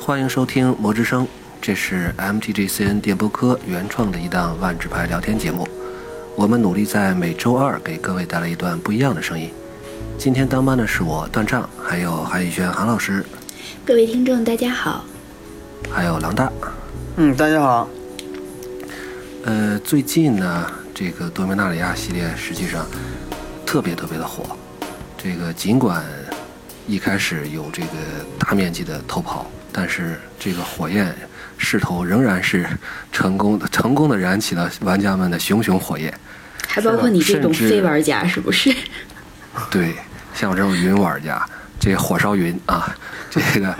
欢迎收听《魔之声》，这是 MTGCN 电波科原创的一档万智牌聊天节目。我们努力在每周二给各位带来一段不一样的声音。今天当班的是我段丈，还有韩宇轩韩老师，各位听众，大家好。还有狼大。嗯，大家好。呃，最近呢，这个多米纳里亚系列实际上特别特别的火。这个尽管一开始有这个大面积的偷跑，但是这个火焰势头仍然是成功的，成功的燃起了玩家们的熊熊火焰。还包括你这种非玩家是不是？ 对，像我这种云玩家，这火烧云啊，这个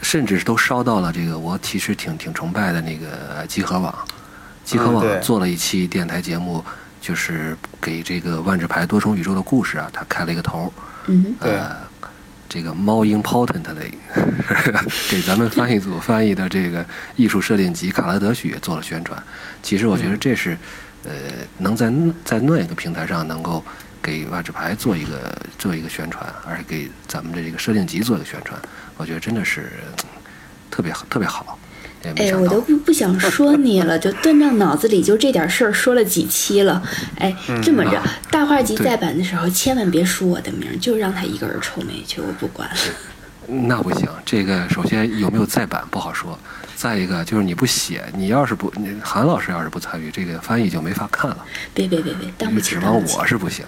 甚至都烧到了这个我其实挺挺崇拜的那个集合网，集合网嗯对做了一期电台节目，就是给这个万智牌多重宇宙的故事啊，他开了一个头 嗯儿，呃，这个猫鹰 potent 的，给咱们翻译 组翻译的这个艺术设定集《卡拉德许》也做了宣传。其实我嗯觉得这是，呃，能在那在那一个平台上能够给万智牌做一个做一个宣传，而且给咱们的这个设定集做一个宣传，我觉得真的是嗯特别特别好。也没哎，想我到都不不想说你了，就断账脑子里就这点事儿说了几期了。哎，嗯这么着，啊大话集对再版的时候千万别输我的名儿，就让他一个人臭美去，我不管了。那不行，这个首先有没有再版不好说，再一个就是你不写，你要是不，你韩老师要是不参与，这个翻译就没法看了。别别别别，当你不起指当望不起。我是不行。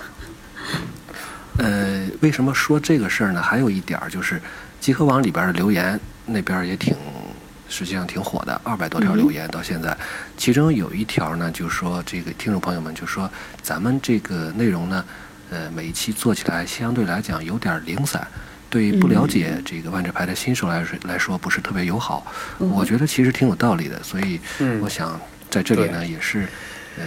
呃，为什么说这个事儿呢？还有一点儿就是，集合网里边儿的留言那边儿也挺，实际上挺火的，二百多嗯条留言到现在，其中有一条呢，就说这个听众朋友们就说，咱们这个内容呢，呃，每一期做起来相对来讲有点儿零散。对于不了嗯解这个万智牌的新手来说来说不是特别友好，嗯我觉得其实挺有道理的，所以嗯我想在这里呢也是，呃，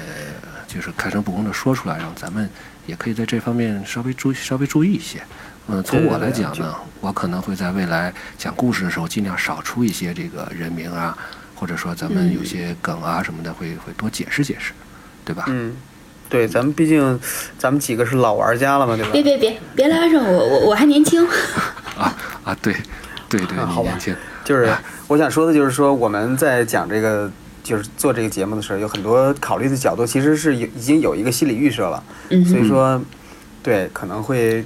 就是开诚布公的说出来，然后咱们也可以在这方面稍微注意稍微注意一些。嗯，从我来讲呢，我可能会在未来讲故事的时候尽量少出一些这个人名啊，或者说咱们嗯有些梗啊什么的，会会多解释解释，对吧？嗯，对，咱们毕竟咱们几个是老玩家了嘛，对吧？别别别别拉上我，我我还年轻。啊啊，对，对对，啊你好吧年轻，就是我想说的，就是说我们在讲这个，就是做这个节目的时候，有很多考虑的角度，其实是有已经有一个心理预设了，嗯所哼，以说，对，可能会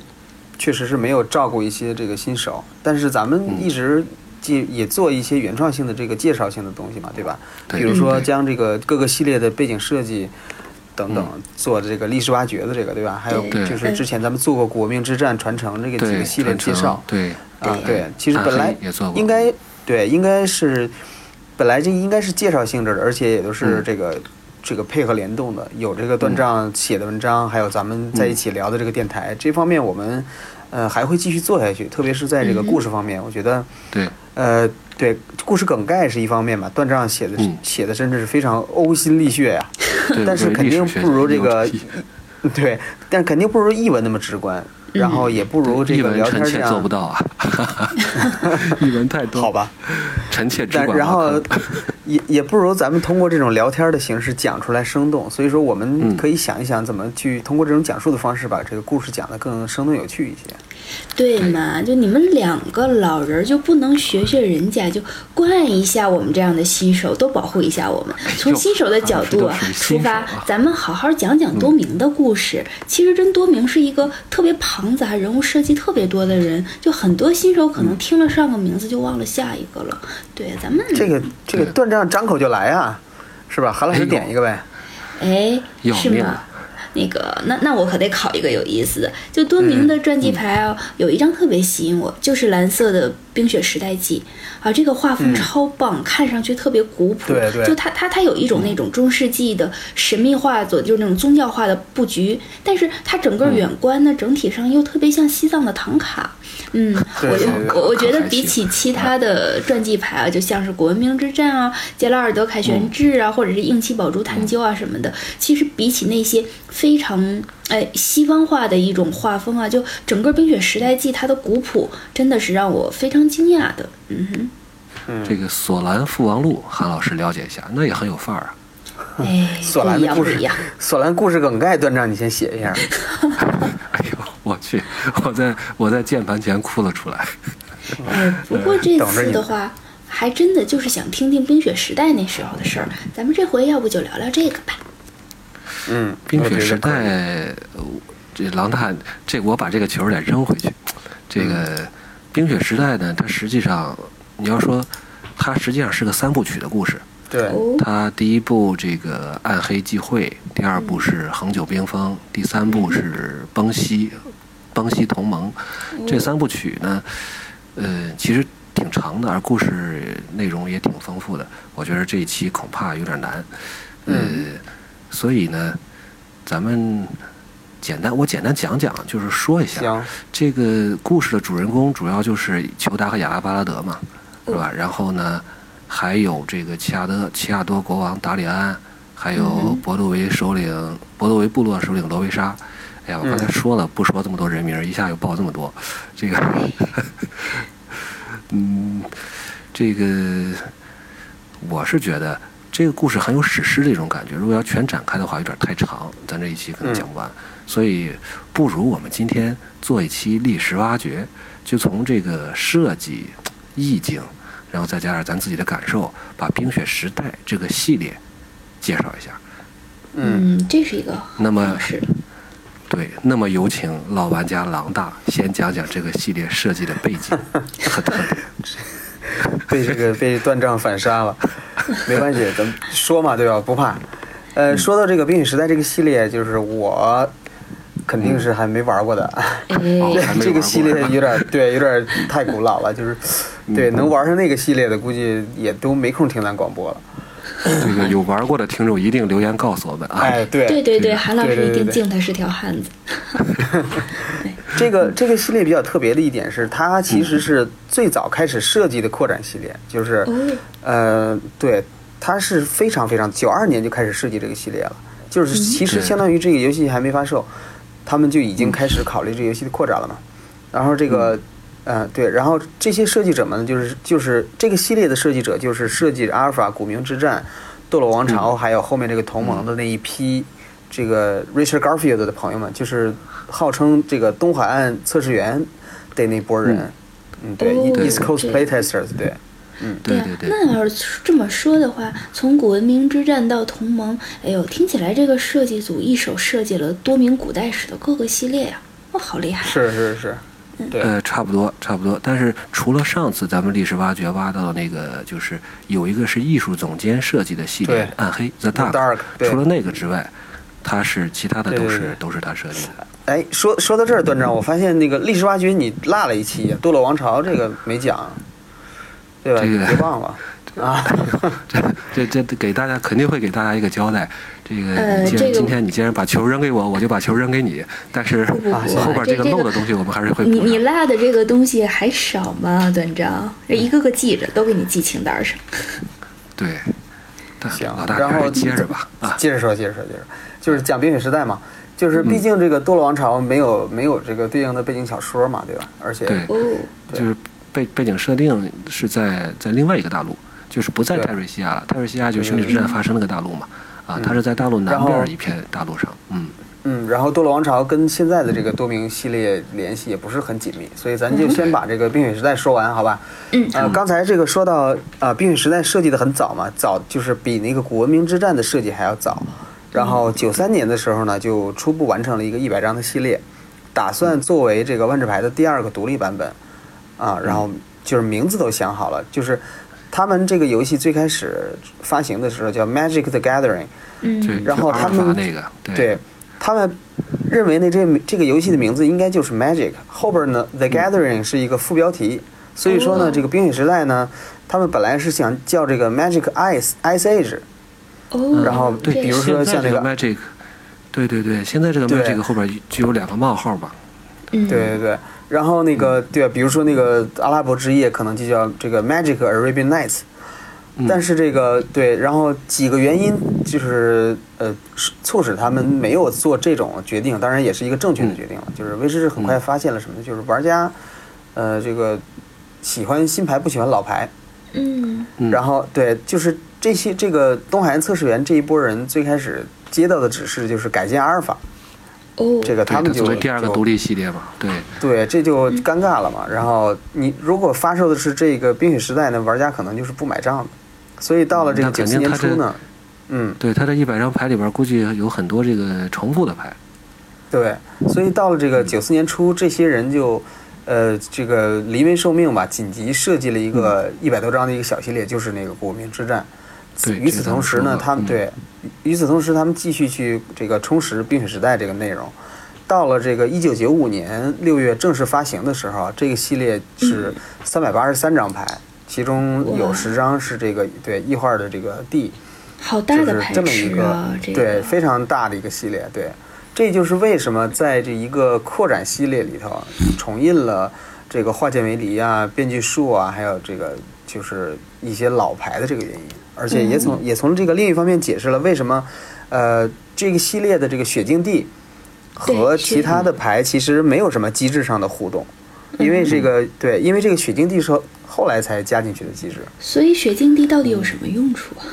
确实是没有照顾一些这个新手，但是咱嗯们一直介也做一些原创性的这个介绍性的东西嘛，对吧？对比如说嗯对将这个各个系列的背景设计。等等，做这个历史挖掘的这个，对吧？还有嗯对就是之前咱们做过《国命之战》传承这个几对，个系列传介承绍，对啊，对，其实暗本来黑也做过，应该对，应该是本来这应该是介绍性质的，而且也都是嗯这个、这个配合联动的，有这个段丈写的文章，还有咱们嗯在一起聊的这个电台、这方面，我们呃还会继续做下去，特别是在嗯这个故事方面，我觉得对呃对故事梗概是一方面吧，段丈写的、嗯写的真的是非常呕心沥血呀、 对，但是对肯历史定学不如家这个牛逼对，但是肯定不如译文那么直观，然后也不如嗯这译个文聊天臣这妾样。做不到 啊，译文太多，好，吧，臣妾只但管然挖后坑 也也不如咱们通过这种聊天的形式讲出来生动，所以说我们嗯可以想一想怎么去通过这种讲述的方式把这个故事讲得更生动有趣一些。对哎嘛，就你们两个老人儿就不能学学人家，就关爱一下我们这样的新手，多保护一下我们。从新手的角度啊哎啊这都属于出新手发啊，嗯咱们好好讲讲多明的故事。其实真多明是一个特别庞杂、人物设计特别多的人，就很多新手嗯可能听了上个名字就忘了下一个了。对，咱们这个这个嗯对段丈张口就来啊，是吧？韩老哎师呦点一个呗。哎，要是命吗了？那个，那那我可得考一个有意思的。就多嗯明的传记牌啊，有一张特别吸引我，就是蓝色的《冰雪时代记》啊，这个画风超棒，看上去特别古朴。嗯对对嗯就它它它有一种那种中世纪的神秘化作，就是那种宗教化的布局，但是它整嗯个远观呢，整体上又特别像西藏的唐卡。嗯，对我就对对我我觉得还比行起嗯其他的传记牌啊，就像是《古文明之战》啊、杰拉尔德凯旋嗯志啊，或者是硬气宝珠探究啊什么的，其实比起那些非常哎西方化的一种画风啊，就整个《冰雪时代记》它的古朴真的是让我非常惊讶的。嗯哼，这个《索兰父王录》，韩老师了解一下，那也很有范儿啊。哎，索兰不一嗯的样故不事一 样。，索兰故事梗概，段丈你先写一下。 哎呦，我去，我在我在键盘前哭了出来。哎，不过这次的话，还真的就是想听听冰雪时代那时候的事儿。咱们这回要不就聊聊这个吧？嗯，冰雪时我觉得可以代，呃这狼大，这我把这个球儿得扔回去。这嗯个冰雪时代呢，它实际上你要说，它实际上是个三部曲的故事。对，哦，它第一部这个暗黑忌讳，第二部是恒久冰封，第三部是崩西，崩西同盟。这三部曲呢，呃，其实挺长的，而故事内容也挺丰富的。我觉得这一期恐怕有点难，呃，所以呢，咱们简单我简单讲讲，就是说一下。行，这个故事的主人公主要就是裘达和雅拉巴拉德嘛，是吧？然后呢，还有这个奇亚德奇亚多国王达里安，还有博多维首领博多维部落首领罗维莎。哎呀，我刚才说了，不说这么多人名儿，一下又报这么多，这个，嗯，这个，我是觉得这个故事很有史诗的一种感觉。如果要全展开的话，有点太长，咱这一期可能讲不完。所以，不如我们今天做一期历史挖掘，就从这个设计、意境，然后再加上咱自己的感受，把《冰雪时代》这个系列介绍一下。嗯，嗯，这是一个那么方，式。对，那么有请老玩家狼大先讲讲这个系列设计的背景和特点。 被这个被断杖反杀了，没关系，咱们说嘛，对吧？不怕。呃，说到这个《冰雪时代》这个系列，就是我肯定是还没玩过的。哦哎，还没这个玩系过列是吧有点儿对，有点儿太古老了，就是对能玩上那个系列的，估计也都没空听咱广播了。这个有玩过的听众一定留言告诉我们啊。哎，对，对对对，韩老对对师一对定对敬他是条汉子。这个这个系列比较特别的一点是，它其实是最早开始设计的扩展系列，就是哦，呃，对，它是非常非常九二年就开始设计这个系列了，就是其实对相当于这个游戏还没发售，他们就已经开始考虑这个游戏的扩展了嘛。然后这个，呃，对，然后这些设计者们呢就是就是这个系列的设计者，就是设计阿尔法、古明之战、斗罗王朝，还有后面这个同盟的那一批。这个 Richard Garfield 的朋友们，就是号称这个东海岸测试员的那波人，嗯，对哦，East Coast 对 Playtesters，对，对啊对对，那要是这么说的话，从古文明之战到同盟，哎呦，听起来这个设计组一手设计了多名古代史的各个系列呀、哦，好厉害！是是是，嗯对，呃，差不多，差不多。但是除了上次咱们历史挖掘挖到的那个，就是有一个是艺术总监设计的系列对《暗黑》The The Dark，, Dark，对除了那个之外，它是其他的对都对是对都是他设计的。 哎，说说到这儿，段章，我发现那个历史挖掘你落了一期，《堕落王朝》这个没讲，对吧？这个别忘 了啊，这这这给大家肯定会给大家一个交代。这个，呃你既然、这个今天你既然把球扔给我，我就把球扔给你。但是不不不后边这这个这个漏的东西，我们还是会补你上。你落的这个东西还少吗，段章？这一个个记着，都给你记清单上。对，但行老大然还后是接着吧啊。接着说，接着说，接着说，就是讲冰雪时代嘛，就是毕竟这个《堕落王朝》没有没有这个对应的背景小说嘛，对吧？而且对，哦，就是背背景设定是在在另外一个大陆，就是不在对泰瑞西亚了。泰瑞西亚就是兄弟之战发生那个大陆嘛，啊，它是在大陆南嗯然后边一片大陆上，嗯，嗯，然后《堕落王朝》跟现在的这个多明系列联系也不是很紧密，所以咱就先把这个《冰雪时代》说完，好吧？嗯呃，刚才这个说到啊，呃《冰雪时代》设计的很早嘛，早就是比那个《古文明之战》的设计还要早。然嗯后九三年的时候呢，就初步完成了一个一百张的系列，打算作为这个万智牌的第二个独立版本。啊，嗯然后就是名字都想好了，就是他们这个游戏最开始发行的时候叫《Magic the Gathering》，对，嗯，然后就他阿尔法们那个，对，对他们认为呢，这这个游戏的名字应该就是 Magic，后边呢 The Gathering 是一个副标题，所以说呢，哦这个冰雪时代呢，他们本来是想叫这个 Magic Ice Ice Age，哦，嗯然后对，这比如是说现在像这这个个 Magic，对对对，现在这个对 Magic 后边就有两个冒号嘛，嗯，对对对，然后那个对，比如说那个阿拉伯之夜可能就叫这个 Magic Arabian Nights，但嗯是这个对，然后几个原因就是呃是促使他们没有做这种决定，当然也是一个正确嗯的决定了。就是威士忌很快发现了什么呢，就是玩家呃这个喜欢新牌不喜欢老牌，嗯，嗯然后对，就是这些这个东海岸测试员这一波人最开始接到的指示就是改进阿尔法，哦，这个他对，们它就作为第二个就独立系列嘛，对，对，这就尴尬了嘛。嗯然后你如果发售的是这个《冰雪时代》呢，玩家可能就是不买账的。所以到了这个那九肯四定年他初这呢，嗯，对，它这一百张牌里边，估计有很多这个重复的牌。对，所以到了这个九四年初，这些人就，呃，这个临危受命吧，紧急设计了一个一百多张的一个小系列，就是那个《古明之战》。嗯对与这此个咱同们时说呢，过他们嗯对，与此同时他们继续去这个充实《冰雪时代》这个内容。到了这个一九九五年六月正式发行的时候啊，这个系列是嗯三百八十三张牌，其中有哇十张是这个对异画的这个 D，好就大哦的是牌这么一池个、啊，这个对非常大的一个系列，对，这就是为什么在这一个扩展系列里头重印了这个化剑为犁啊、变巨术啊，还有这个就是一些老牌的这个原因，而且也嗯从、也从这个另一方面解释了为什么呃这个系列的这个雪境地和对其他的牌其实没有什么机制上的互动。因为这个嗯对，因为这个雪境地是后后来才加进去的机制，所以雪境地到底嗯有什么用处啊？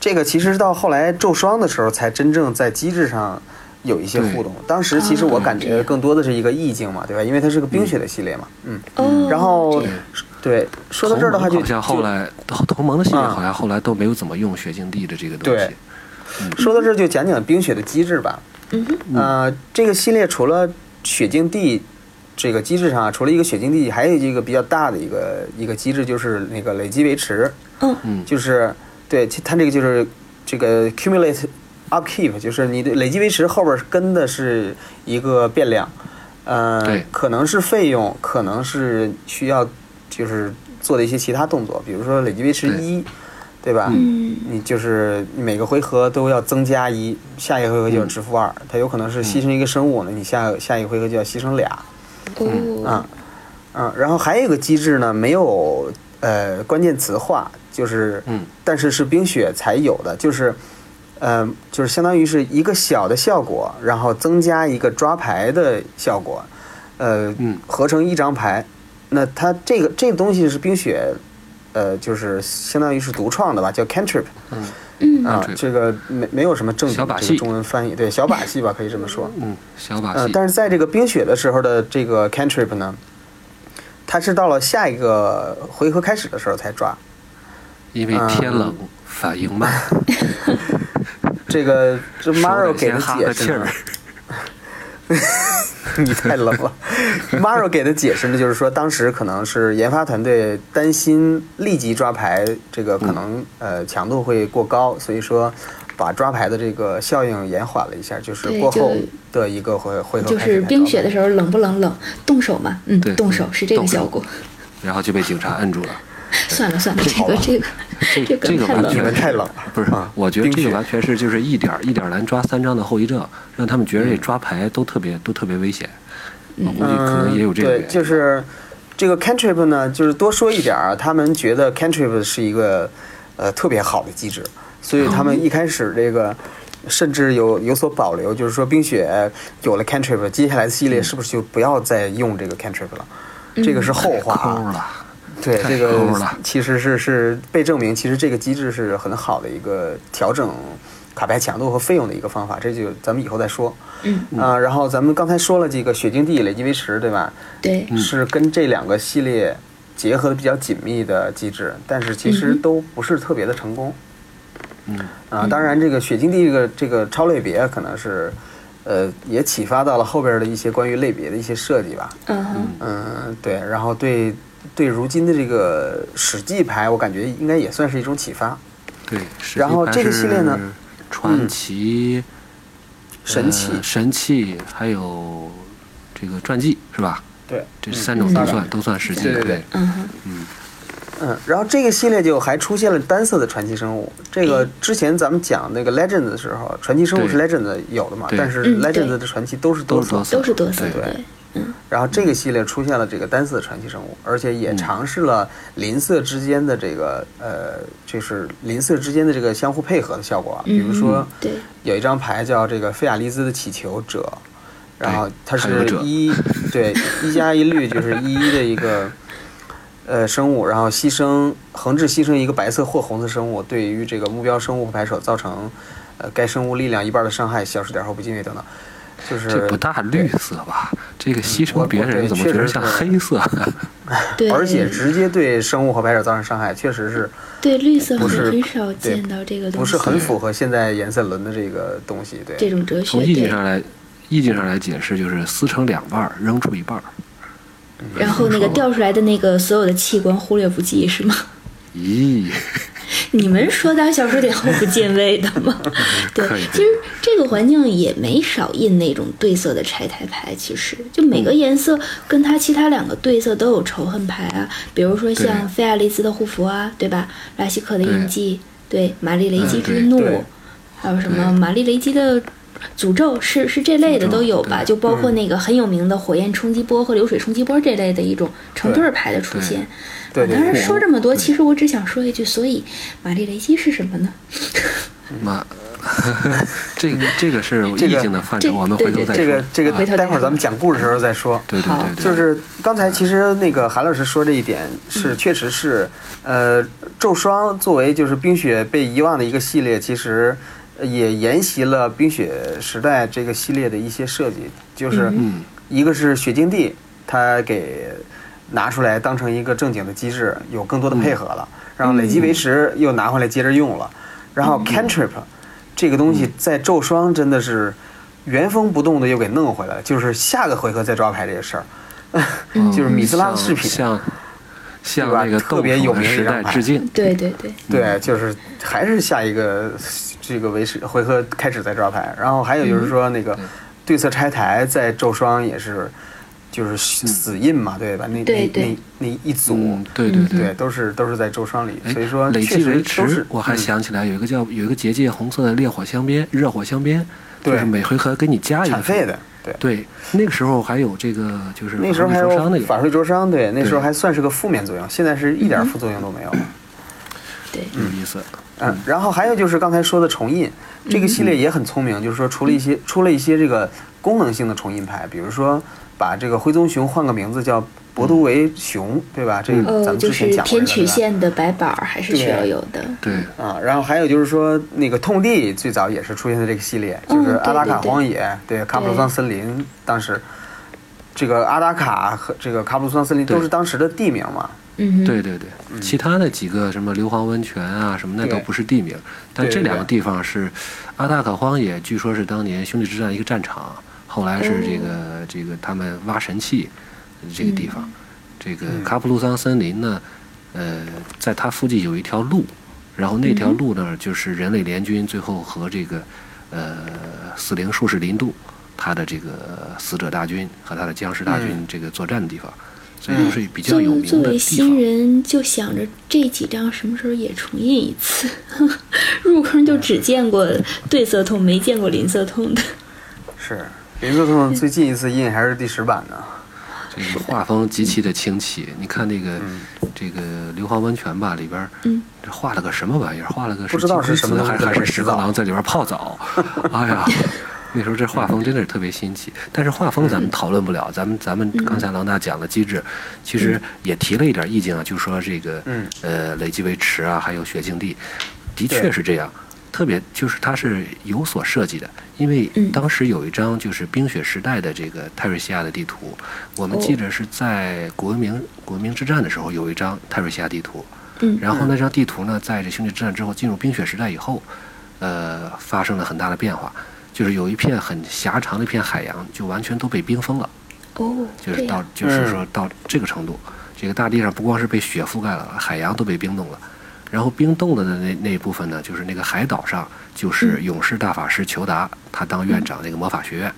这个其实到后来咒霜的时候，才真正在机制上有一些互动。当时其实我感觉更多的是一个意境嘛，对吧？因为它是个冰雪的系列嘛，嗯。哦，然后这样，对，说到这儿的话同就，盟好像后就来同盟的系列嗯好像后来都没有怎么用血晶地的这个东西对。说到这儿就讲讲冰雪的机制吧。嗯哼，呃，这个系列除了雪境地这个机制上啊，除了一个雪境地，还有一个比较大的一个一个机制，就是那个累积维持。嗯，嗯，就是对其它这个就是这个 cumulate upkeep，就是你的累计维持后边跟的是一个变量，呃对，可能是费用，可能是需要就是做的一些其他动作，比如说累计维持对一，对吧？嗯你就是每个回合都要增加一，下一个回合就嗯要支付二，它有可能是牺牲一个生物呢，你下下一个回合就要牺牲俩，哦嗯啊，嗯，然后还有一个机制呢，没有呃关键词化，就是嗯，但是是冰雪才有的，就是呃就是相当于是一个小的效果，然后增加一个抓牌的效果，呃，嗯合成一张牌。那它这个这个东西是冰雪，呃，就是相当于是独创的吧，叫 cantrip 嗯啊、 cantrip 这个没没有什么正小经把这戏个中文翻译，对小把戏吧，可以这么说。嗯，小把呃，戏。但是在这个冰雪的时候的这个 cantrip 呢，它是到了下一个回合开始的时候才抓。因嗯为天冷，反应慢， 这 个这 Maro 手得给的先哈解个释气呢儿，。 你太冷了。Maro 给的解释呢，就是说当时可能是研发团队担心立即抓牌，这个嗯可能、呃强度会过高，所以说把抓牌的这个效应延缓了一下，就是对过就后的一个回回合就开始是才冰抓雪牌的时候冷不冷冷，动手嘛，嗯对，动手是这个动手效果。 然后就被警察摁住了。算了算了，这好个吧这个这个这个太完冷你全们了，太冷了，不是啊，我觉得冰这个雪完全是就是一点儿一点儿难抓三张的后遗症，让他们觉得嗯这抓牌都特别都特别危险。我估计可能也有这个嗯、原对，因。就是这个 cantrip 呢，就是多说一点儿啊，他们觉得 cantrip 是一个呃特别好的机制，所以他们一开始这个。甚至有有所保留，就是说冰雪有了 cantrip，接下来的系嗯列是不是就不要再用这个 cantrip 了？这个是后话啊。抠了，对，太这个抠了其实是是被证明，其实这个机制是很好的一个调整卡牌强度和费用的一个方法，这就咱们以后再说。嗯，啊、然后咱们刚才说了这个雪晶地累积维持，对吧？对，嗯是跟这两个系列结合的比较紧密的机制，但是其实都不是特别的成功。嗯，啊，当然这个雪晶地这个这个超类别可能是，呃，也启发到了后边的一些关于类别的一些设计吧。嗯哼，嗯，对，然后对对如今的这个史记牌，我感觉应该也算是一种启发。对。实际然后它这个系列呢嗯是传奇、神器，呃神器，还有这个传记是吧？对，这三种都算、都算实际。嗯对对对嗯哼，嗯，然后这个系列就还出现了单色的传奇生物。这个之前咱们讲那个 Legend 的时候，传奇生物是 Legend 有的嘛，嗯对但是嗯 Legend 对的传奇都是都多是色多。色都是多色，对对，然后这个系列出现了这个单色传奇生物，而且也尝试了邻色之间的这个呃，就是邻色之间的这个相互配合的效果啊，比如说嗯对，有一张牌叫这个菲亚利兹的祈求者，然后它还有是者一对一加一绿就是一一的一个呃生物，然后牺牲横置牺牲一个白色或红色生物，对于这个目标生物或牌手造成呃该生物力量一半的伤害，消失点后不进位等等。就是这不大绿色吧？这个牺牲别嗯我我人对怎么觉得确实是像黑色？ 对，嗯而且直接对生物和白手造成伤害，确实是对绿色不很是很少对见到这个不东西是，很符合现在颜色轮的这个东西。对，这种哲学从意境对。上来，意境上来解释就是撕成两半儿，扔出一半儿。然后那个掉出来的那个所有的器官忽略不计是吗？咦， 你们说当小数点毫不敬畏的 吗？对可以，其实这个环境也没少印那种对色的拆台牌，其实就每个颜色跟它其他两个对色都有仇恨牌啊，比如说像对菲亚丽兹的护符啊，对吧？拉希克的对印记，对，玛丽雷基嗯之对怒对，还有什么对玛丽雷基的。诅咒是是这类的都有吧，诅咒对嗯就包括那个很有名的火焰冲击波和流水冲击波这类的一种成对儿牌的出对现。对对当然对说这么多，其实我只想说一句，所以玛丽雷基是什么呢？ 妈，这个这个是这意个境的范这畴，我们回头再这说个。这个回头，再待会儿咱们讲故事的时候再说。对对好对对，就是刚才其实那个韩老师说这一点嗯是，确实是，呃，咒霜作为就是冰雪被遗忘的一个系列，其实呃也沿袭了冰雪时代这个系列的一些设计，就是嗯一个是雪境地，它给拿出来当成一个正经的机制，有更多的嗯配合了，然后累嗯积维持又拿回来接着用了，然嗯后 cantrip 这个东西在咒霜真的是原封不动的又给弄回来了，就是下个回合再抓牌这个事儿。嗯 就是米斯拉的饰品，向向对吧那个特别斗有篷的名的一时张代牌致敬。对对对，嗯对，就是还是下一个这个维持回合开始再抓牌，然后还有就是说那个嗯对策拆台在咒双也是就是死印嘛，对吧？那对那对那那一组嗯，，对对对，都是都是在咒双里，哎所以说累确计实维都持是，嗯我还想起来有一个叫有一个结界红色的烈火镶边，热火镶边，就对是每回合给你加一个产废的，对。对，那个时候还有这个就是那时候还防御灼伤那有个法术灼伤，对，那时候对嗯还算是个负面作用，现在是一点副作用都没有。对，有意思，嗯，然后还有就是刚才说的重印，这个嗯系列也很聪明，就是说除了一些出了一些这个功能性的重印牌，比如说把这个灰棕熊换个名字叫博嗯都维熊，对吧？这嗯个咱呃，们就之是前讲过偏曲这个。线的白板儿还是需要有的。对，啊，然后还有就是说，那个痛地最早也是出现在这个系列，就是嗯对阿达卡对对荒野，对卡普鲁桑森林，当时这个阿达卡和这个卡普鲁桑森林对都是当时的地名嘛，嗯哼，对对对，其他的几个什么硫磺温泉啊什么那对都不是地名，但对这对两对个地方是阿达卡荒野，据说是当年兄弟之战一个战场，后来哦是这个这个他们挖神器这个地方，这个嗯卡普鲁桑森林呢，呃，在它附近有一条路，然后嗯那条路呢就是人类联军最后和这个呃死灵术士林度。他的这个死者大军和他的僵尸大军嗯这个作战的地方，所以都是比较作有为名的地作方。为新人，就想着这几张什么时候也重印一次。 入坑就只见过对色痛，没见过邻色痛的。是林克嗯痛最近一次印还是第十版呢，这个画风极其的清奇。你看那个、嗯这个硫磺温泉吧，里边儿嗯这画了个什么玩意儿？画了个不知道是什么金龟东子还西在里还是边屎洗壳澡郎在里边儿泡 澡。哎呀，那时候这画风真的是特别新奇。但是画风嗯咱们讨论不了，咱们咱们刚才郎大讲的机制，其实嗯也提了一点意见啊，就说这个嗯呃累积维持啊，还有雪境地，的对确是这样。特别就是它是有所设计的，因为嗯当时有一张就是冰雪时代的这个泰瑞西亚的地图，我们哦记着是在国文明国文明之战的时候有一张泰瑞西亚地图，嗯然后那张地图呢，在这兄弟之战之后进入冰雪时代以后，呃，发生了很大的变化，就是有一片很狭长的一片海洋就完全都被冰封了，哦，就这是到样，就是说到这个程度，这个大地上不光是被雪覆盖了，海洋都被冰冻了。然后冰冻了的那那一部分呢，就是那个海岛上，就是嗯勇士大法师裘达，他当院长那个魔法学院，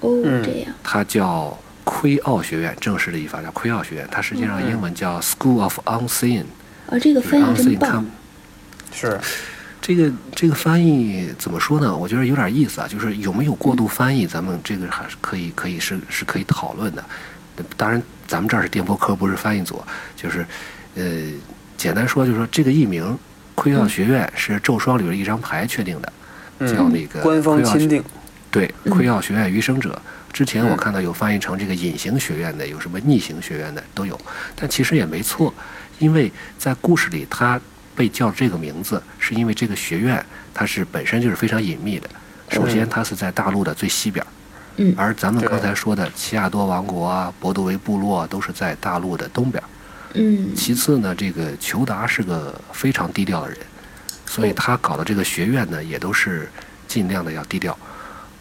哦，嗯这样，它叫奎奥学院，正式的译法叫奎奥学院，它实际上英文叫 School of Unseen，啊，这个就是嗯翻译真 Unseen 棒看。是这个这个翻译怎么说呢？我觉得有点意思啊，就是有没有过度翻译，咱们这个还是可以可以是是可以讨论的。当然，咱们这儿是电波科，不是翻译组，就是呃，简单说就是说这个译名“窥奥学院”是咒霜里边一张牌确定的，叫那个官方窥奥学钦定。对，嗯窥奥学院余生者，之前我嗯看到有翻译成这个隐形学院的，有什么逆行学院的都有，但其实也没错，因为在故事里他被叫这个名字，是因为这个学院它是本身就是非常隐秘的。首先，它是在大陆的最西边儿，嗯而咱们嗯对刚才说的奇亚多王国啊、博多维部落啊都是在大陆的东边儿。嗯其次呢，这个裘达是个非常低调的人，所以哦他搞的这个学院呢，也都是尽量的要低调。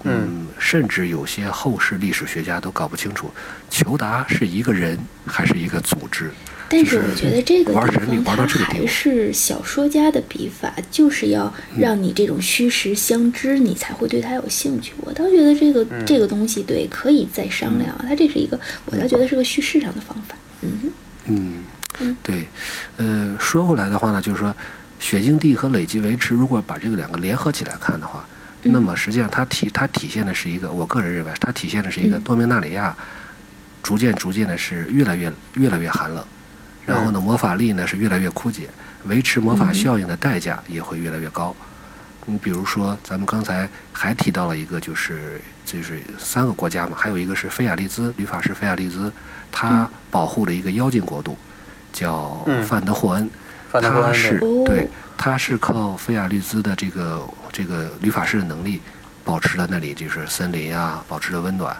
嗯，甚至有些后世历史学家都搞不清楚，裘达是一个人还是一个组织。但就是是我觉得这个玩地神你方玩到它这个地还步嗯是小说家的笔法，就是要让你这种虚实相知，你才会对它有兴趣。我倒觉得这个、嗯这个东西对可以再商量，它这是一个我倒觉得是个叙事上的方法。嗯哼，嗯，对，呃，说回来的话呢，就是说，雪晶地和累积维持，如果把这个两个联合起来看的话，那么实际上它体它体现的是一个，我个人认为它体现的是一个嗯多明纳里亚逐渐逐渐的是越来越越来越寒冷，然后呢，魔法力呢是越来越枯竭，维持魔法效应的代价也会越来越高。你比如说，咱们刚才还提到了一个，就是就是三个国家嘛，还有一个是菲亚利兹，女法师菲亚利兹，她保护了一个妖精国度，叫嗯范德霍恩，范德霍恩她对是哦对，她是靠菲亚利兹的这个这个女法师的能力，保持了那里就是森林啊，保持了温暖，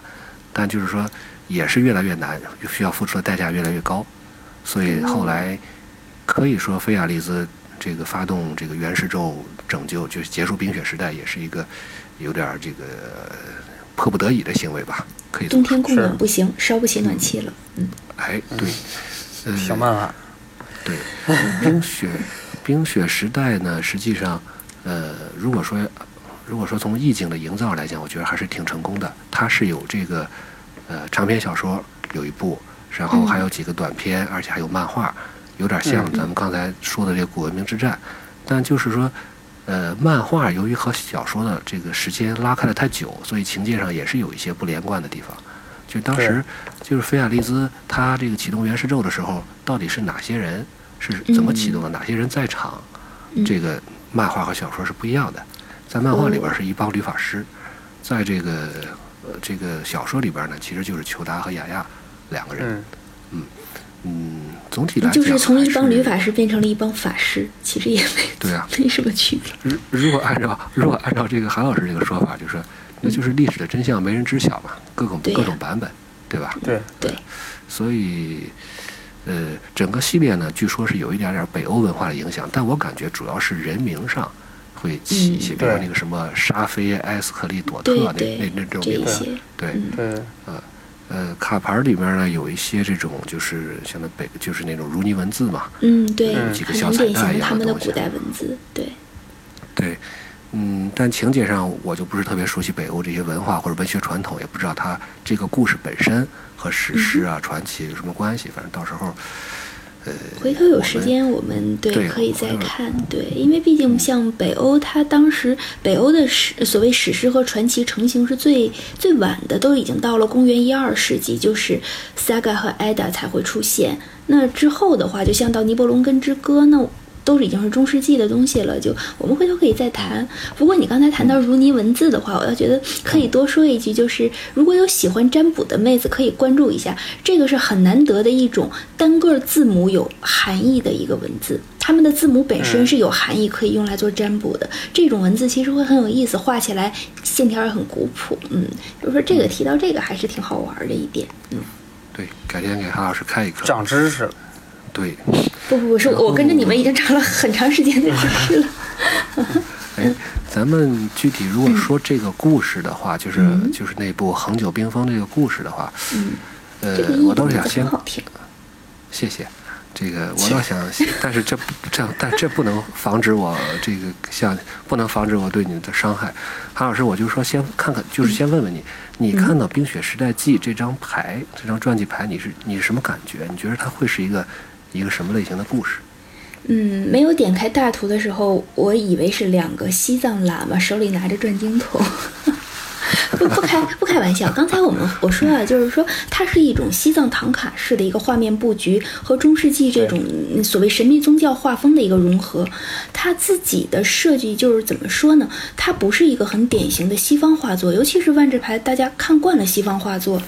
但就是说也是越来越难，需要付出的代价越来越高，所以哦后来可以说菲亚利兹这个发动这个原始咒拯救，就是结束冰雪时代，也是一个有点儿这个迫不得已的行为吧，可以这冬么说。天供是暖不行，烧不起暖气了。嗯，哎，对，呃，想办法。对，冰雪冰雪时代呢，实际上，呃，如果说如果说从意境的营造来讲，我觉得还是挺成功的。它是有这个呃长篇小说有一部，然后还有几个短篇，而且还有漫画，有点像咱们刚才说的这个古文明之战。但就是说，呃，漫画由于和小说的这个时间拉开的太久，所以情节上也是有一些不连贯的地方。就当时就是菲亚利兹他这个启动原始咒的时候，到底是哪些人是怎么启动的？哪些人在场？这个漫画和小说是不一样的。在漫嗯画里边是一帮律法师，在这个呃这个小说里边呢，其实就是裘达和雅亚两个人。嗯，嗯，总体来讲就是从一帮律女法师变成了一帮法师，其实也没对啊没什么区别。如如果按照如果按照这个韩老师这个说法，就是说那就是历史的真相没人知晓嘛，各种嗯对呀各种版本，对吧？对，对，所以，呃，整个系列呢，据说是有一点点北欧文化的影响，但我感觉主要是人名上会起一些，嗯比如说对那个什么沙菲、埃斯克利朵特对那那对那种嗯这名一字些，，嗯对，对，呃，卡牌里面呢有一些这种就是像那北就是那种如泥文字嘛，嗯，对，嗯很几个小彩典蛋型一他样的们的东西啊古代文字，对。对，嗯，但情节上我就不是特别熟悉北欧这些文化或者文学传统，也不知道它这个故事本身和嗯史诗啊、传奇有什么关系。反正到时候，呃，回头有我时们间，我们对对可以我再们看，对，因为毕竟像北欧，它当时北欧的史所谓史诗和传奇成型是最最晚的，都已经到了公元一二世纪，就是 Saga 和 Edda 才会出现。那之后的话，就像到尼伯龙根之歌，那都是已经是中世纪的东西了，就我们回头可以再谈。不过你刚才谈到如泥文字的话，我要觉得可以多说一句，就是如果有喜欢占卜的妹子，可以关注一下，这个是很难得的一种单个字母有含义的一个文字。它们的字母本嗯身是有含义，可以用来做占卜的。这种文字其实会很有意思，画起来线条也很古朴。嗯，就是说这个提到这个还是挺好玩的一点。嗯，对，改天给韩老师开一课。长知识了。对，不不不嗯是，我跟着你们已经查了很长时间的知识 了。哎，咱们具体如嗯果说这个故事的话，就是、就是那部《恒久冰封》这个故事的话，嗯这个呃，意我义倒是想名字先很好听。啊谢谢。这个我倒想，但是这这样，但这不能防止我这个像不能防止我对你的伤害。韩老师，我就说先看看，就是先问问你，你看到《冰雪时代记》这张牌，这张传记牌，你是你是什么感觉？你觉得它会是一个一个什么类型的故事？嗯，没有点开大图的时候，我以为是两个西藏喇嘛手里拿着转经筒。不不开不开玩笑，刚才我们我说啊，就是说它是一种西藏唐卡式的一个画面布局和中世纪这种嗯所谓神秘宗教画风的一个融合。它自己的设计就是怎么说呢？它不是一个很典型的西方画作，尤其是万智牌，大家看惯了西方画作，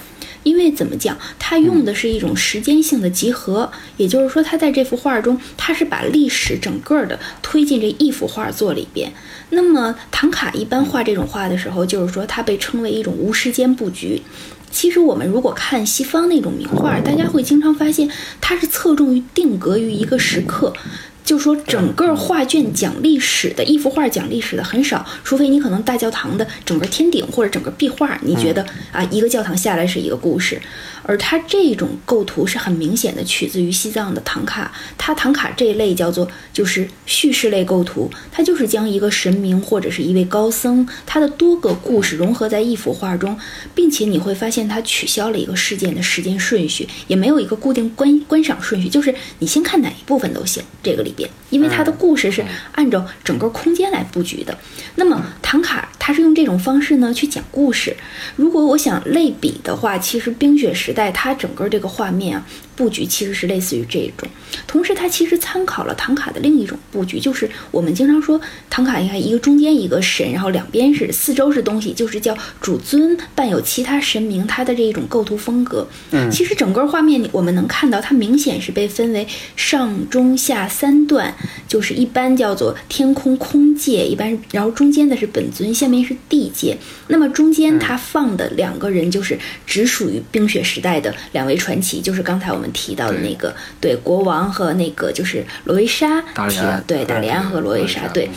因为怎么讲，它用的是一种时间性的集合，也就是说，它在这幅画中，它是把历史整个的推进这一幅画作里边。那么，唐卡一般画这种画的时候，就是说，它被称为一种无时间布局。其实我们如果看西方那种名画，大家会经常发现它是侧重于定格于一个时刻，就说整个画卷讲历史的一幅画讲历史的很少，除非你可能大教堂的整个天顶或者整个壁画，你觉得啊一个教堂下来是一个故事，而它这种构图是很明显的取自于西藏的唐卡，它唐卡这一类叫做就是叙事类构图，它就是将一个神明或者是一位高僧他的多个故事融合在一幅画中，并且你会发现它取消了一个事件的时间顺序，也没有一个固定观观赏顺序，就是你先看哪一部分都行。这个里边，因为它的故事是按照整个空间来布局的。那么唐卡它是用这种方式呢去讲故事。如果我想类比的话，其实冰雪时代它整个这个画面啊布局其实是类似于这种，同时它其实参考了唐卡的另一种布局，就是我们经常说唐卡你看一个中间一个神，然后两边是四周是东西，就是叫主尊伴有其他神明，它的这一种构图风格。嗯其实整个画面里我们能看到，它明显是被分为上中下三段，就是一般叫做天空空界，一般是然后中间的是本尊，下面是地界。那么中间它放的两个人就是只属于冰雪时代的两位传奇，就是刚才我们提到的那个对国王和那个就是罗维莎达里提安对达里安和罗维莎对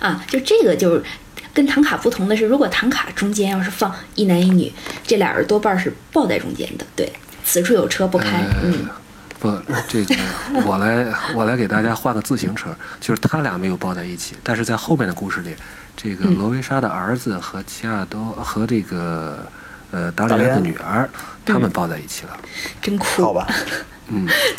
啊，就这个就是跟唐卡不同的是，如果唐卡中间要是放一男一女，这俩人多半是抱在中间的。对，此处有车不开。嗯，哎不，这个我来我来给大家画个自行车，就是他俩没有抱在一起，但是在后面的故事里，这个嗯罗维莎的儿子和齐亚多和这个呃达里安的女儿，他嗯们抱在一起了。真酷。好吧，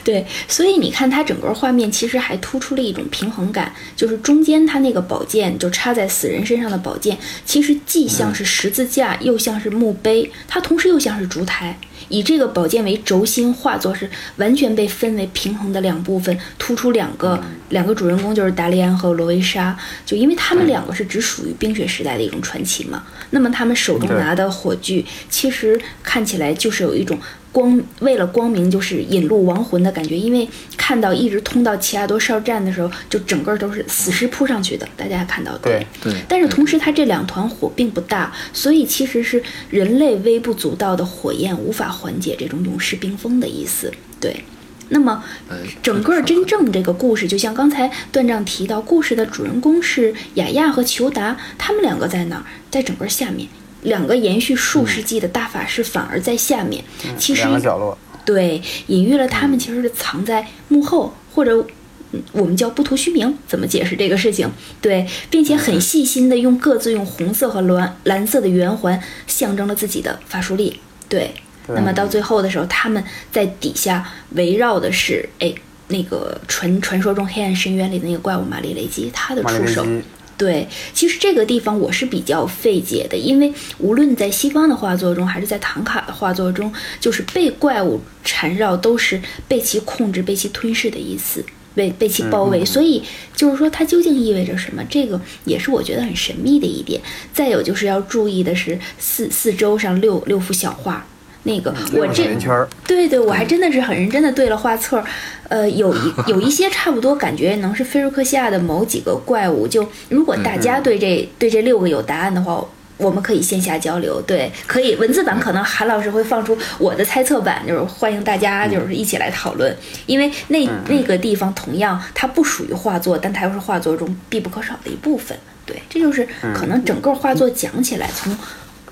对，所以你看它整个画面其实还突出了一种平衡感，就是中间它那个宝剑就插在死人身上的宝剑，其实既像是十字架，又像是墓碑，它同时又像是烛台。以这个宝剑为轴心，画作是完全被分为平衡的两部分，突出两个两个主人公就是达利安和罗维莎，就因为他们两个是只属于冰雪时代的一种传奇嘛。那么他们手中对拿的火炬，其实看起来就是有一种光为了光明，就是引路亡魂的感觉。因为看到一直通到奇亚多哨站的时候，就整个都是死尸扑上去的，大家看到的。对对，但是同时，它这两团火并不大，所以其实是人类微不足道的火焰无法缓解这种勇士冰封的意思。对，那么呃整个真正这个故事，就像刚才段丈提到，故事的主人公是雅亚和裘达，他们两个在哪儿？在整个下面，两个延续数世纪的大法师反而在下面。其实嗯两个角落，对，隐喻了他们其实是藏在幕后，或者嗯我们叫不图虚名，怎么解释这个事情？对，并且很细心的用各自用红色和蓝蓝色的圆环象征了自己的法术力。对，对那么到最后的时候，他们在底下围绕的是哎。那个传传说中黑暗深渊里的那个怪物玛丽雷基，他的马里出维手，基，对，其实这个地方我是比较费解的，因为无论在西方的画作中，还是在唐卡的画作中，就是被怪物缠绕，都是被其控制、被其吞噬的意思，被被其嗯包围。所以就是说，它究竟意味着什么？这个也是我觉得很神秘的一点。再有就是要注意的是，四四周上六六幅小画。那个，我嗯六个这小圆圈儿，对对，我还真的是很认真的对了画册儿，呃，有一有一些差不多，感觉能是菲瑞克西亚的某几个怪物。就如果大家对这对这六个有答案的话，我们可以线下交流。对，可以文字版可能韩老师会放出我的猜测版，就是欢迎大家就是一起来讨论，因为那那个地方同样它不属于画作，但它又是画作中必不可少的一部分。对，这就是可能整个画作讲起来从。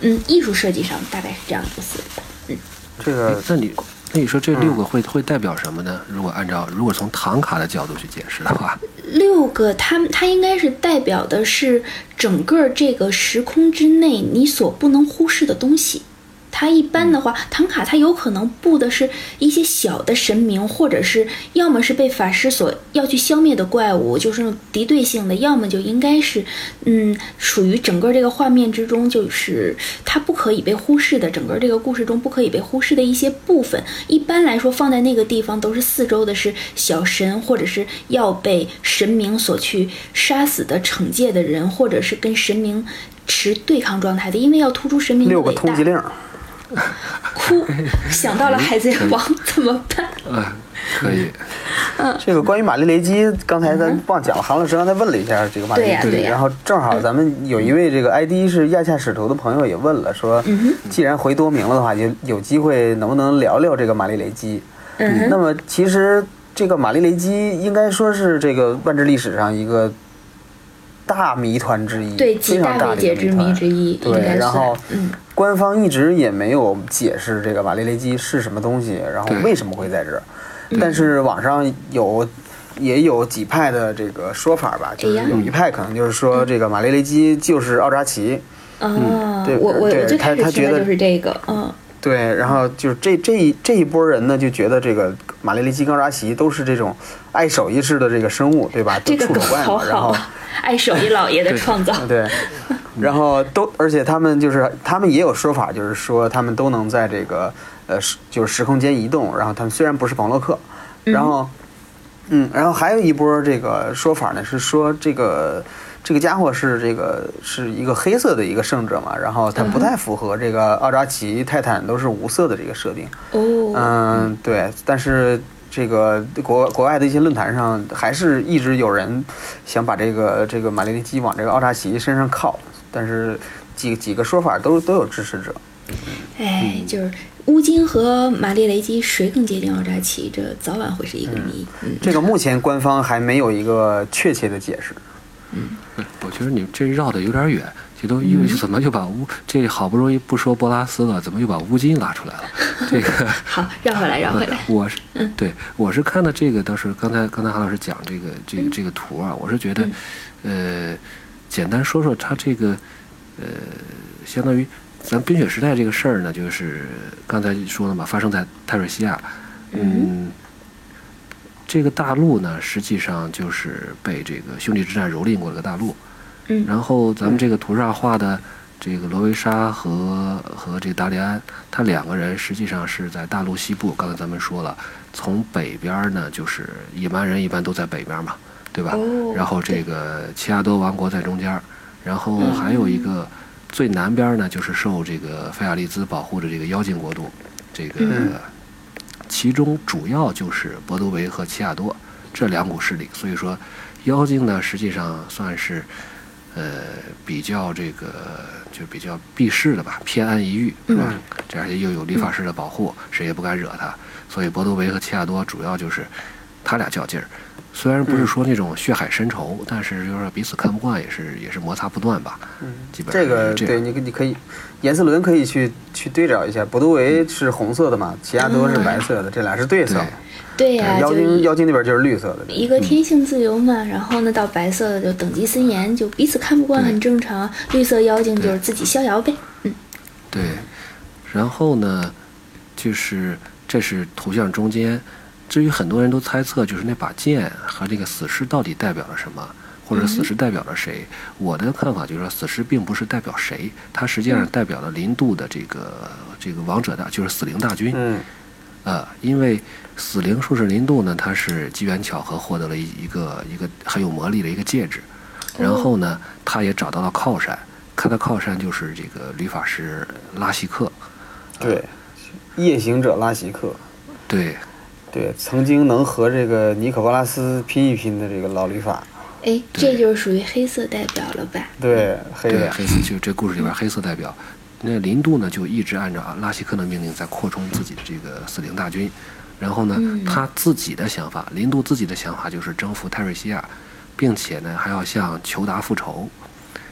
嗯，艺术设计上大概是这样的思路。嗯这个那你呃那你说这六个会会代表什么呢？如果按照如果从唐卡的角度去解释的话，六个，它它应该是代表的是整个这个时空之内你所不能忽视的东西。它一般的话，唐卡它有可能布的是一些小的神明，或者是要么是被法师所要去消灭的怪物，就是那种敌对性的，要么就应该是，嗯，属于整个这个画面之中，就是它不可以被忽视的，整个这个故事中不可以被忽视的一些部分。一般来说，放在那个地方都是四周的是小神，或者是要被神明所去杀死的惩戒的人，或者是跟神明持对抗状态的，因为要突出神明的六个伟大。通缉令儿， 哭，想嗯到了《海贼王》怎么办？呃，可以，嗯这个关于玛丽雷基，刚才咱忘讲了，韩老师刚才问了一下这个玛丽对呀雷嗯对基，呀嗯然后正好咱们有一位这个 ID 是亚夏使徒的朋友也问了，说既然回多明了的话，就有机会能不能聊聊这个玛丽雷基？嗯哼那么其实这个玛丽雷基应该说是这个万智历史上一个大谜团之一，对，非几常大大未的一解个之谜谜团之一，应对该然后算。嗯，官方一直也没有解释这个瓦利雷基是什么东西，然后对为什么会在这儿。嗯但是网上有也有几派的这个说法吧，哎就是有一派可能就是嗯说这个马雷雷基就是奥扎奇，哦嗯对，我我对我最开他他始听觉得的就是这个，嗯，对，然后就是这这一这一波人呢就觉得这个马雷雷基跟奥扎奇都是这种爱手艺式的这个生物，对吧？这都个触梗手怪好嘛，然好后啊， 爱手艺老爷的创造，对，然后都，而且他们就是他们也有说法，就是说他们都能在这个呃时就是时空间移动，然后他们虽然不是庞洛克，然后嗯然后还有一波这个说法呢是说这个这个家伙是这个是一个黑色的一个圣者嘛，然后他不太符合这个奥扎奇、泰坦都是无色的这个设定，哦，嗯，对，但是这个国国外的一些论坛上，还是一直有人想把这个这个马列尼基往这个奥扎奇身上靠，但是几几个说法都都有支持者。哎，就是乌金和玛丽雷基谁更接近奥扎奇，这早晚会是一个谜。嗯，这个目前官方还没有一个确切的解释。我觉得你这绕的有点远，这都又怎么就把乌这好不容易不说波拉斯了，怎么又把乌金拉出来了？这个。好，绕回来，绕回来。我是对，我是看到这个，当时刚才刚才韩老师讲这个这个这个图啊，我是觉得，呃，简单说说它这个，呃，相当于咱冰雪时代这个事儿呢，就是刚才说了嘛，发生在泰瑞西亚，嗯，这个大陆呢，实际上就是被这个兄弟之战蹂躏过的一个大陆，嗯然后咱们这个图上画的这个罗维莎和和这个达利安，他两个人实际上是在大陆西部。刚才咱们说了，从北边儿呢，就是野蛮人一般都在北边儿嘛，对吧？哦然后这个奇亚多王国在中间儿，然后还有一嗯个最南边儿呢，就是受这个菲亚利兹保护的这个妖精国度，这个。嗯其中主要就是博多维和奇亚多这两股势力。所以说，妖精呢实际上算是呃比较这个就比较避世的吧，偏安一隅是吧？嗯这而且又有理发师的保护，谁也不敢惹他。所以博多维和奇亚多主要就是他俩较劲儿。虽然嗯不是说那种血海深仇，但是就是彼此看不惯，也是也是摩擦不断吧。基本上嗯这个是这对样。你你可以，颜色轮可以去去对照一下，博多维是红色的嘛，奇亚多是白色的，这俩是对嗯色。对呀、对哎妖就精一妖嗯精那边就是绿色的。一个天性自由嘛，然后呢，到白色的就等级森严，就彼此看不惯嗯对很正常。绿色妖精就是自己逍遥呗。嗯对，然后呢，就是这是图像中间。至于很多人都猜测，就是那把剑和这个死尸到底代表了什么，或者死尸代表了谁？我的看法就是说，死尸并不是代表谁，它实际上代表了林度的这个这个王者大，就是死灵大军。嗯呃，因为死灵术士林度呢，他是机缘巧合获得了一一个一个很有魔力的一个戒指，然后呢，他也找到了靠山，他的靠山就是这个理发师拉希克，对，夜行者拉希克。对，对，曾经能和这个尼可波拉斯拼一拼的这个老理发，哎，这就是属于黑色代表了吧？对嗯黑对，的，黑色就这故事里边黑色代表，那林度呢就一直按照拉希克的命令在扩充自己的这个死灵大军，然后呢，嗯他自己的想法，林度自己的想法就是征服泰瑞西亚，并且呢还要向裘达复仇，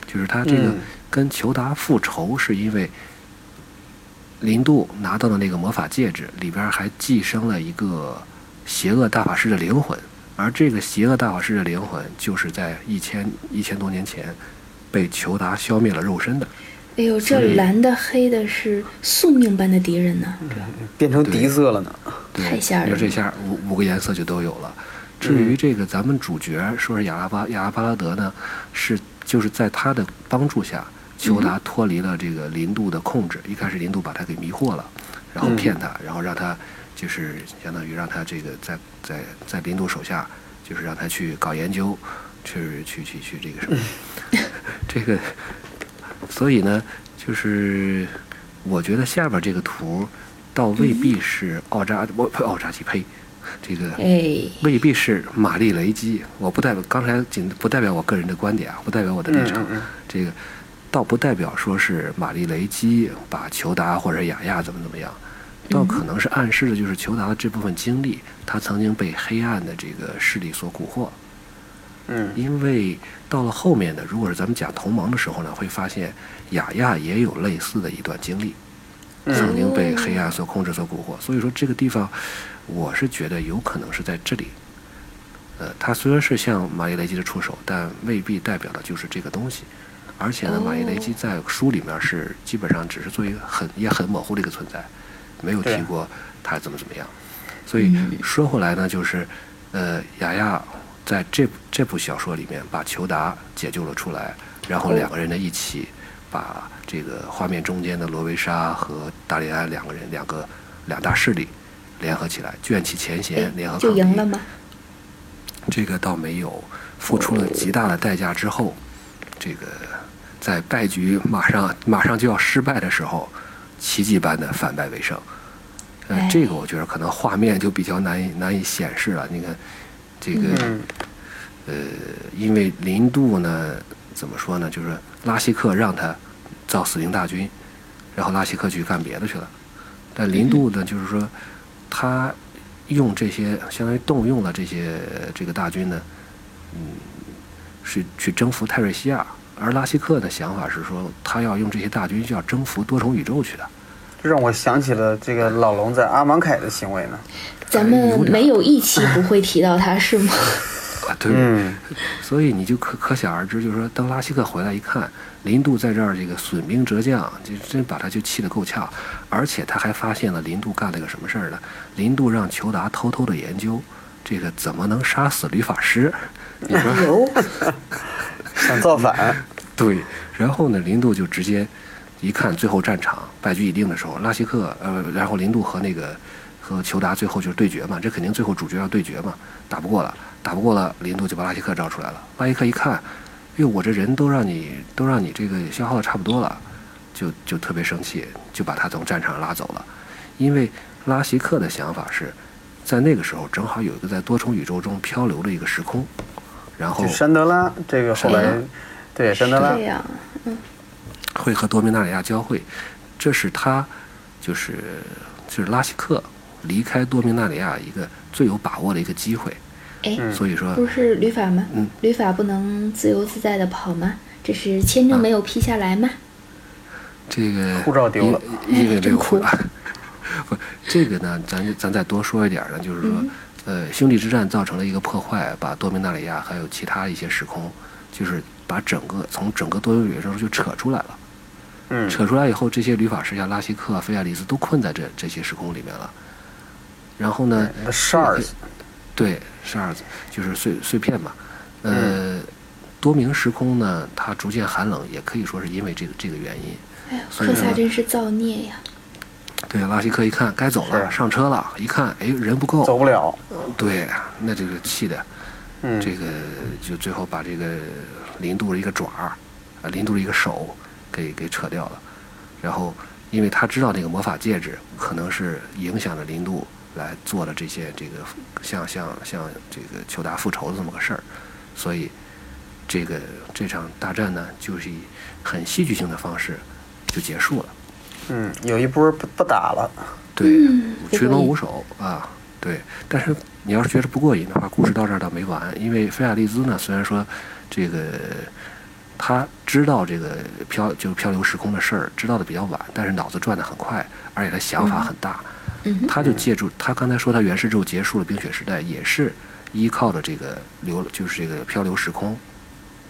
就是他这个嗯跟裘达复仇是因为。林度拿到的那个魔法戒指里边还寄生了一个邪恶大法师的灵魂，而这个邪恶大法师的灵魂就是在一千一千多年前被裘达消灭了肉身的。哎呦，这蓝的黑的是宿命般的敌人呢、变成敌色了呢。嗯对，太吓人了你说这下五五个颜色就都有了。至于这个咱们主角说是亚拉巴亚拉巴拉德呢，是就是在他的帮助下，裘达脱离了这个林度的控制。一开始林度把他给迷惑了，然后骗他，然后让他就是相当于让他这个在在在林度手下，就是让他去搞研究，去去去去这个什么，这个所以呢，就是我觉得下边这个图倒嗯未必是奥扎，我呸奥扎奇呸，这个哎，未必是马利雷基。我不代表刚才仅不代表我个人的观点啊，不代表我的立场。嗯嗯嗯这个倒不代表说是马利雷基把裘达或者雅亚怎么怎么样，嗯倒可能是暗示的就是裘达的这部分经历，他曾经被黑暗的这个势力所蛊惑。嗯因为到了后面呢，如果是咱们讲同盟的时候呢，会发现雅亚也有类似的一段经历，曾嗯经被黑暗所控制、所蛊惑。所以说这个地方，我是觉得有可能是在这里。呃，它虽然是向马伊雷基的出手，但未必代表的就是这个东西。而且哦呢，马伊雷基在书里面是基本上只是作为一个很也很模糊的一个存在，没有提对过他怎么怎么样。所以嗯说回来呢，就是，呃，雅亚在这这部小说里面把裘达解救了出来，然哦后两个人呢一起把这个画面中间的罗维莎和达利安两个人两个两大势力联合起来，卷起前哎嫌，联合就抗赢了敌。吗？这个倒没有，付出了极大的代价之后，这个在败局马上马上就要失败的时候，奇迹般的反败为胜。呃哎，这个我觉得可能画面就比较难以难以显示了。你看，这个、嗯呃，因为林度呢，怎么说呢，就是拉希克让他造死灵大军，然后拉希克去干别的去了。但林度呢，就是说他用这些相当于动用了这些呃这个大军呢，嗯，是去征服泰瑞西亚。而拉希克的想法是说，他要用这些大军就要征服多重宇宙去的。这让我想起了这个老龙在阿芒凯的行为呢。咱有们点儿没有 一期不会提到他，是吗？啊，对，嗯所以你就可可想而知，就是说，当拉希克回来一看，林度在这儿这个损兵折将，就真把他就气得够呛。而且他还发现了林度干了个什么事儿呢？林度让裘达偷偷的研究这个怎么能杀死吕法师。你说有，想 造反，对，然后呢，林度就直接一看最后战场败局已定的时候，拉希克呃，然后林度和那个和裘达最后就是对决嘛，这肯定最后主角要对决嘛，打不过了，打不过了，林度就把拉希克招出来了。拉希克一看，哟，我这人都让你都让你这个消耗的差不多了，就就特别生气，就把他从战场拉走了，因为拉希克的想法是。在那个时候，正好有一个在多重宇宙中漂流的一个时空，然后就山德拉这个后山德来拉，对山德拉这，样，会和多米纳里亚交汇，这是他就是就是拉希克离开多米纳里亚一个最有把握的一个机会。哎，嗯所以说不，是旅法吗嗯？旅法不能自由自在的跑吗？这是签啊证没有批下来吗？这个护照丢了因因为没真有护哭照。 不，这个呢，咱咱再多说一点儿呢，就是说，嗯呃，兄弟之战造成了一个破坏，把多米纳里亚还有其他一些时空，就是把整个从整个多元宇宙就扯出来了。嗯，扯出来以后，这些旅法师像拉希克、啊菲亚里斯都困在这这些时空里面了。然后呢， The Shards，对，十二子就是碎碎片嘛。呃，嗯多明时空呢，它逐渐寒冷，也可以说是因为这个这个原因。哎呀，所以科萨呢真是造孽呀！对，拉希克一看该走了，是上车了，一看，哎，人不够，走不了，对，那这个气的，嗯，这个就最后把这个林度的一个爪儿，啊，林度的一个手给给扯掉了。然后，因为他知道那个魔法戒指可能是影响了林度来做了这些这个像像像这个求达复仇的这么个事儿，所以这个这场大战呢，就是以很戏剧性的方式就结束了。嗯，有一波不不打了，对，不群过龙瘾无首啊，对。但是你要是觉得不过瘾的话，故事到这儿倒没完，因为菲亚利兹呢，虽然说这个他知道这个漂就是漂流时空的事儿，知道的比较晚，但是脑子转得很快，而且他想法很大，嗯哼他就借助他刚才说他原始之后结束了冰雪时代，也是依靠着这个流就是这个漂流时空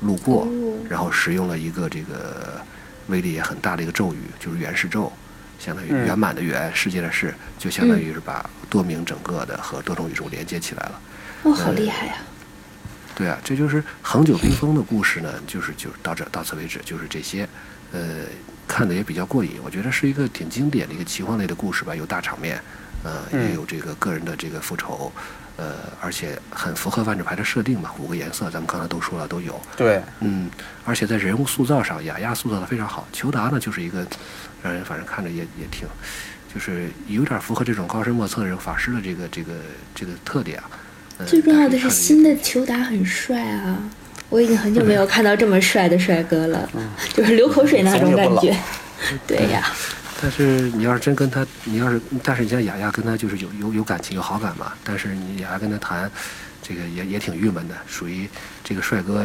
路过，哦然后使用了一个这个威力也很大的一个咒语，就是原始咒，相当于嗯圆满的圆，世界的世，就相当于是把多明整个的和多重宇宙连接起来了。哦，好厉害呀！对啊，这就是恒久冰封的故事呢，就是就是到这到此为止，就是这些，呃，看的也比较过瘾，我觉得是一个挺经典的一个奇幻类的故事吧，有大场面，呃，嗯也有这个个人的这个复仇，呃，而且很符合万智牌的设定嘛，五个颜色咱们刚才都说了都有，对，嗯，而且在人物塑造上，雅亚塑造的非常好。裘达呢，就是一个让人反正看着也也挺，就是有点符合这种高深莫测的这种法师的这个这个这个特点啊。呃最重要的但是看着也新的球打很帅啊！我已经很久没有看到这么帅的帅哥了，嗯就是流口水那种感觉。 对呀，但是你要是真跟他，你要是但是你像雅雅跟他就是有有有感情有好感嘛，但是你雅雅跟他谈，这个也也挺郁闷的，属于这个帅哥，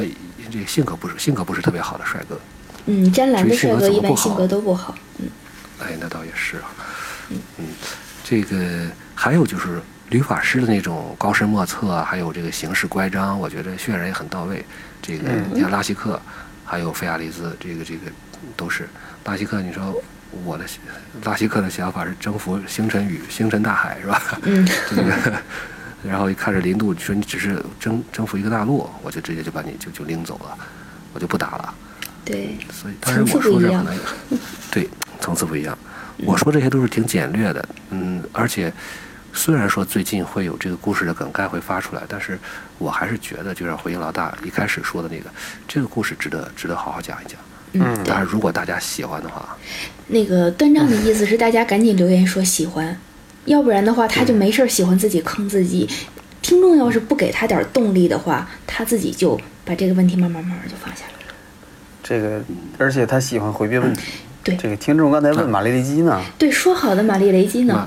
这个性格不是性格不是特别好的帅哥。嗯，詹兰的帅追哥一星的怎么般不好性格都不好。嗯，哎，那倒也是啊。嗯，这个还有就是吕法师的那种高深莫测啊，还有这个形式乖张，我觉得渲染也很到位。这个嗯你像拉希克，还有菲亚利兹，这个这个都是拉希克。你说我的拉希克的想法是征服星辰宇、星辰大海，是吧？ 嗯，这个。 然后一看着林度，你说你只是征征服一个大陆，我就直接就把你就就拎走了，我就不打了。对，所以，当然我说这可能也对层次不一样。我说这些都是挺简略的，嗯，而且虽然说最近会有这个故事的梗概会发出来，但是我还是觉得，就像回应老大一开始说的那个，这个故事值得值得好好讲一讲。嗯，对当。然，如果大家喜欢的话，那个断章的意思是大家赶紧留言说喜欢，要不然的话他就没事儿喜欢自己坑自己。听众要是不给他点儿动力的话，他自己就把这个问题慢慢慢慢就放下了。这个，而且他喜欢回避问题。嗯对这个听众刚才问玛丽丽基呢，嗯对，说好的玛丽雷基呢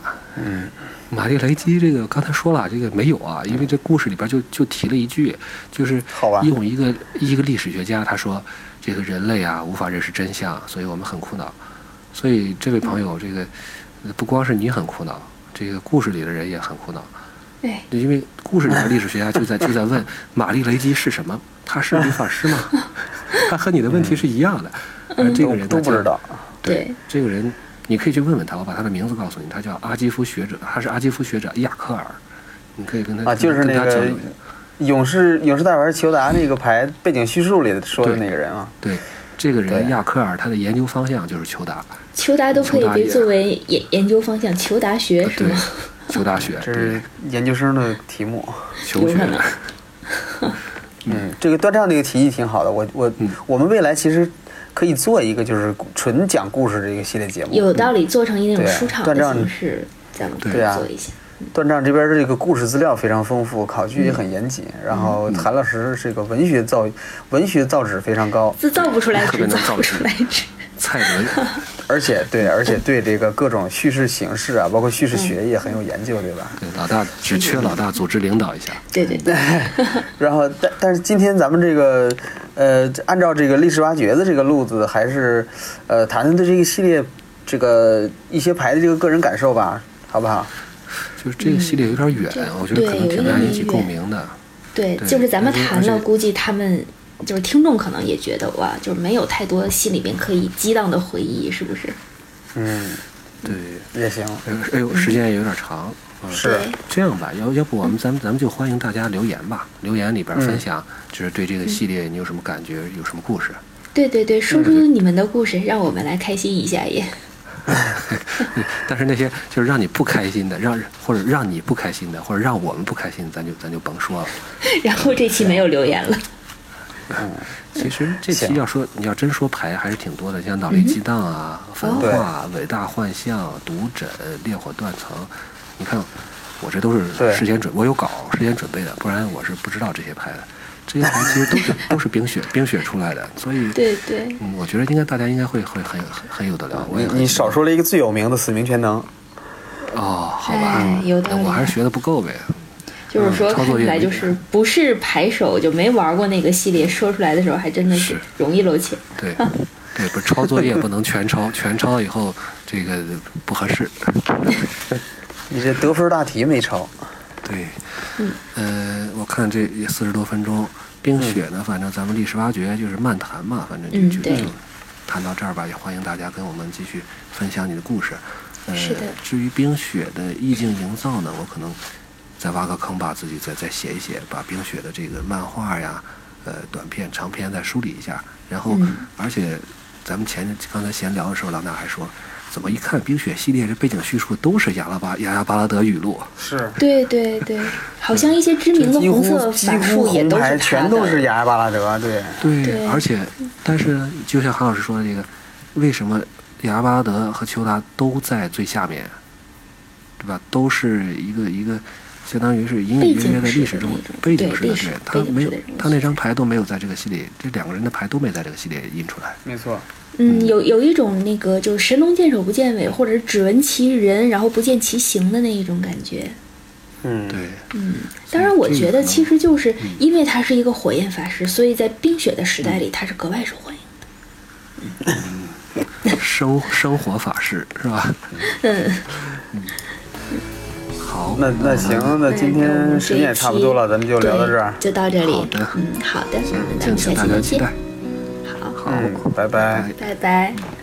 马？玛丽雷基这个刚才说了，这个没有啊，因为这故事里边就就提了一句，就是好吧用一个一个历史学家他说，这个人类啊无法认识真相，所以我们很苦恼。所以这位朋友，这个呃不光是你很苦恼，这个故事里的人也很苦恼，对，因为故事里的历史学家就在就在问玛丽雷基是什么？他是理发师吗？他和你的问题是一样的，而这个人呢嗯都都不叫知道。对这个人，你可以去问问他，我把他的名字告诉你，他叫阿基夫学者，他是阿基夫学者雅克尔，你可以跟他啊，就是跟那他交个流。勇士勇士大牌裘达那个牌背景叙述里说的那个人啊，对，这个人对亚克尔，他的研究方向就是裘达，裘达都可以裘达被也作为研研究方向，裘达学是对吗？，裘达学，这对是，研究生的题目。裘有学可能的，嗯，这个断章这个提议挺好的，我我、嗯我们未来其实可以做一个就是纯讲故事的一个系列节目。有道理，做成一种对书场断的章形式，咱们可以对啊做一下。断章这边的这个故事资料非常丰富，考据嗯也很严谨，然后嗯韩老师这个文学造文学造诣非常高，字造不出来特别纸，能造造不出纸来纸。蔡 伦，而且对而且对这个各种叙事形式啊，包括叙事嗯学也很有研究，对吧？对，老大只缺老大组织领导一下，对对对，然后，但但是今天咱们这个，呃，按照这个历史挖掘的这个路子，还是，呃，谈谈对这个系列这个一些牌的这个个人感受吧，好不好？就是这个系列有点远，嗯我觉得可能挺对有难点引起远共鸣的。对，对就是咱们而且谈而了，且估计他们就是听众可能也觉得哇，就是没有太多心里边可以激荡的回忆，是不是？嗯，对，也行，哎呦哎呦，时间也有点长，嗯，是对这样吧，要要不我们咱们咱们就欢迎大家留言吧，留言里边分享，就是对这个系列你有什么感觉，有什么故事。 对对对，说出你们的故事，让我们来开心一下也。 但是那些就是让你不开心的，让或者让你不开心的，或者让我们不开心的，咱就咱就甭说了。然后这期没有留言了，其实这期行要说你要真说牌还是挺多的，像脑力激荡啊、哦焚化、伟大幻象、毒枕、烈火断层，你看我这都是对事先准，我有稿事先准备的，不然我是不知道这些牌的。这些牌其实都 是都是冰雪冰雪出来的，所以对 对，嗯，我觉得应该大家应该会会很很很有的聊。我你也很你少说了一个最有名的死命全能，哦，好吧哎，，有道那理。我还是学的不够呗。就是说，嗯看操作起来也没就是不是牌手就没玩过那个系列，说出来的时候还真的是是容易露怯。 对，对，不是抄作业不能全抄，全抄以后这个不合适。你这得分大题没抄，对，嗯，呃，我看这也四十多分钟，冰雪呢，反正咱们历史挖掘就是漫谈嘛，反正嗯就就对就谈到这儿吧，也欢迎大家跟我们继续分享你的故事。呃是的，至于冰雪的意境营造呢，我可能再挖个坑把自己再再写一写，把冰雪的这个漫画呀、呃短片、长篇再梳理一下，然后、嗯而且咱们前刚才闲聊的时候，老衲还说，怎么一看《冰雪》系列这背景叙述都是雅拉巴雅拉巴拉德语录？是，对对对，好像一些知名的几红乎色几法乎术也红都是牌他全都是的。雅尔巴拉德，对，对，对嗯而且，但是呢就像韩老师说的这个，为什么雅拉巴拉德和丘达都在最下面，对吧？都是一个一个，相当于是隐隐约约的历史中背背景景式式的的人，他那种对背景式的没有人物他那张牌都没有在这个系列，这两个人的牌都没在这个系列印出来。没错，嗯，有有一种那个就是神龙见首不见尾，或者只闻其人然后不见其形的那一种感觉。嗯，对，嗯，当然，我这个觉可得能其实就是因为他是一个火焰法师，所以在冰雪的时代里，他是格外受欢迎的。 生生活法式是吧？嗯，好，那那行，那今嗯天时间也差不多了，咱们就聊到这儿对，就到这里。好的嗯，好的，那敬咱们下请期大家再期见。待。好，好，嗯，拜拜拜。拜拜。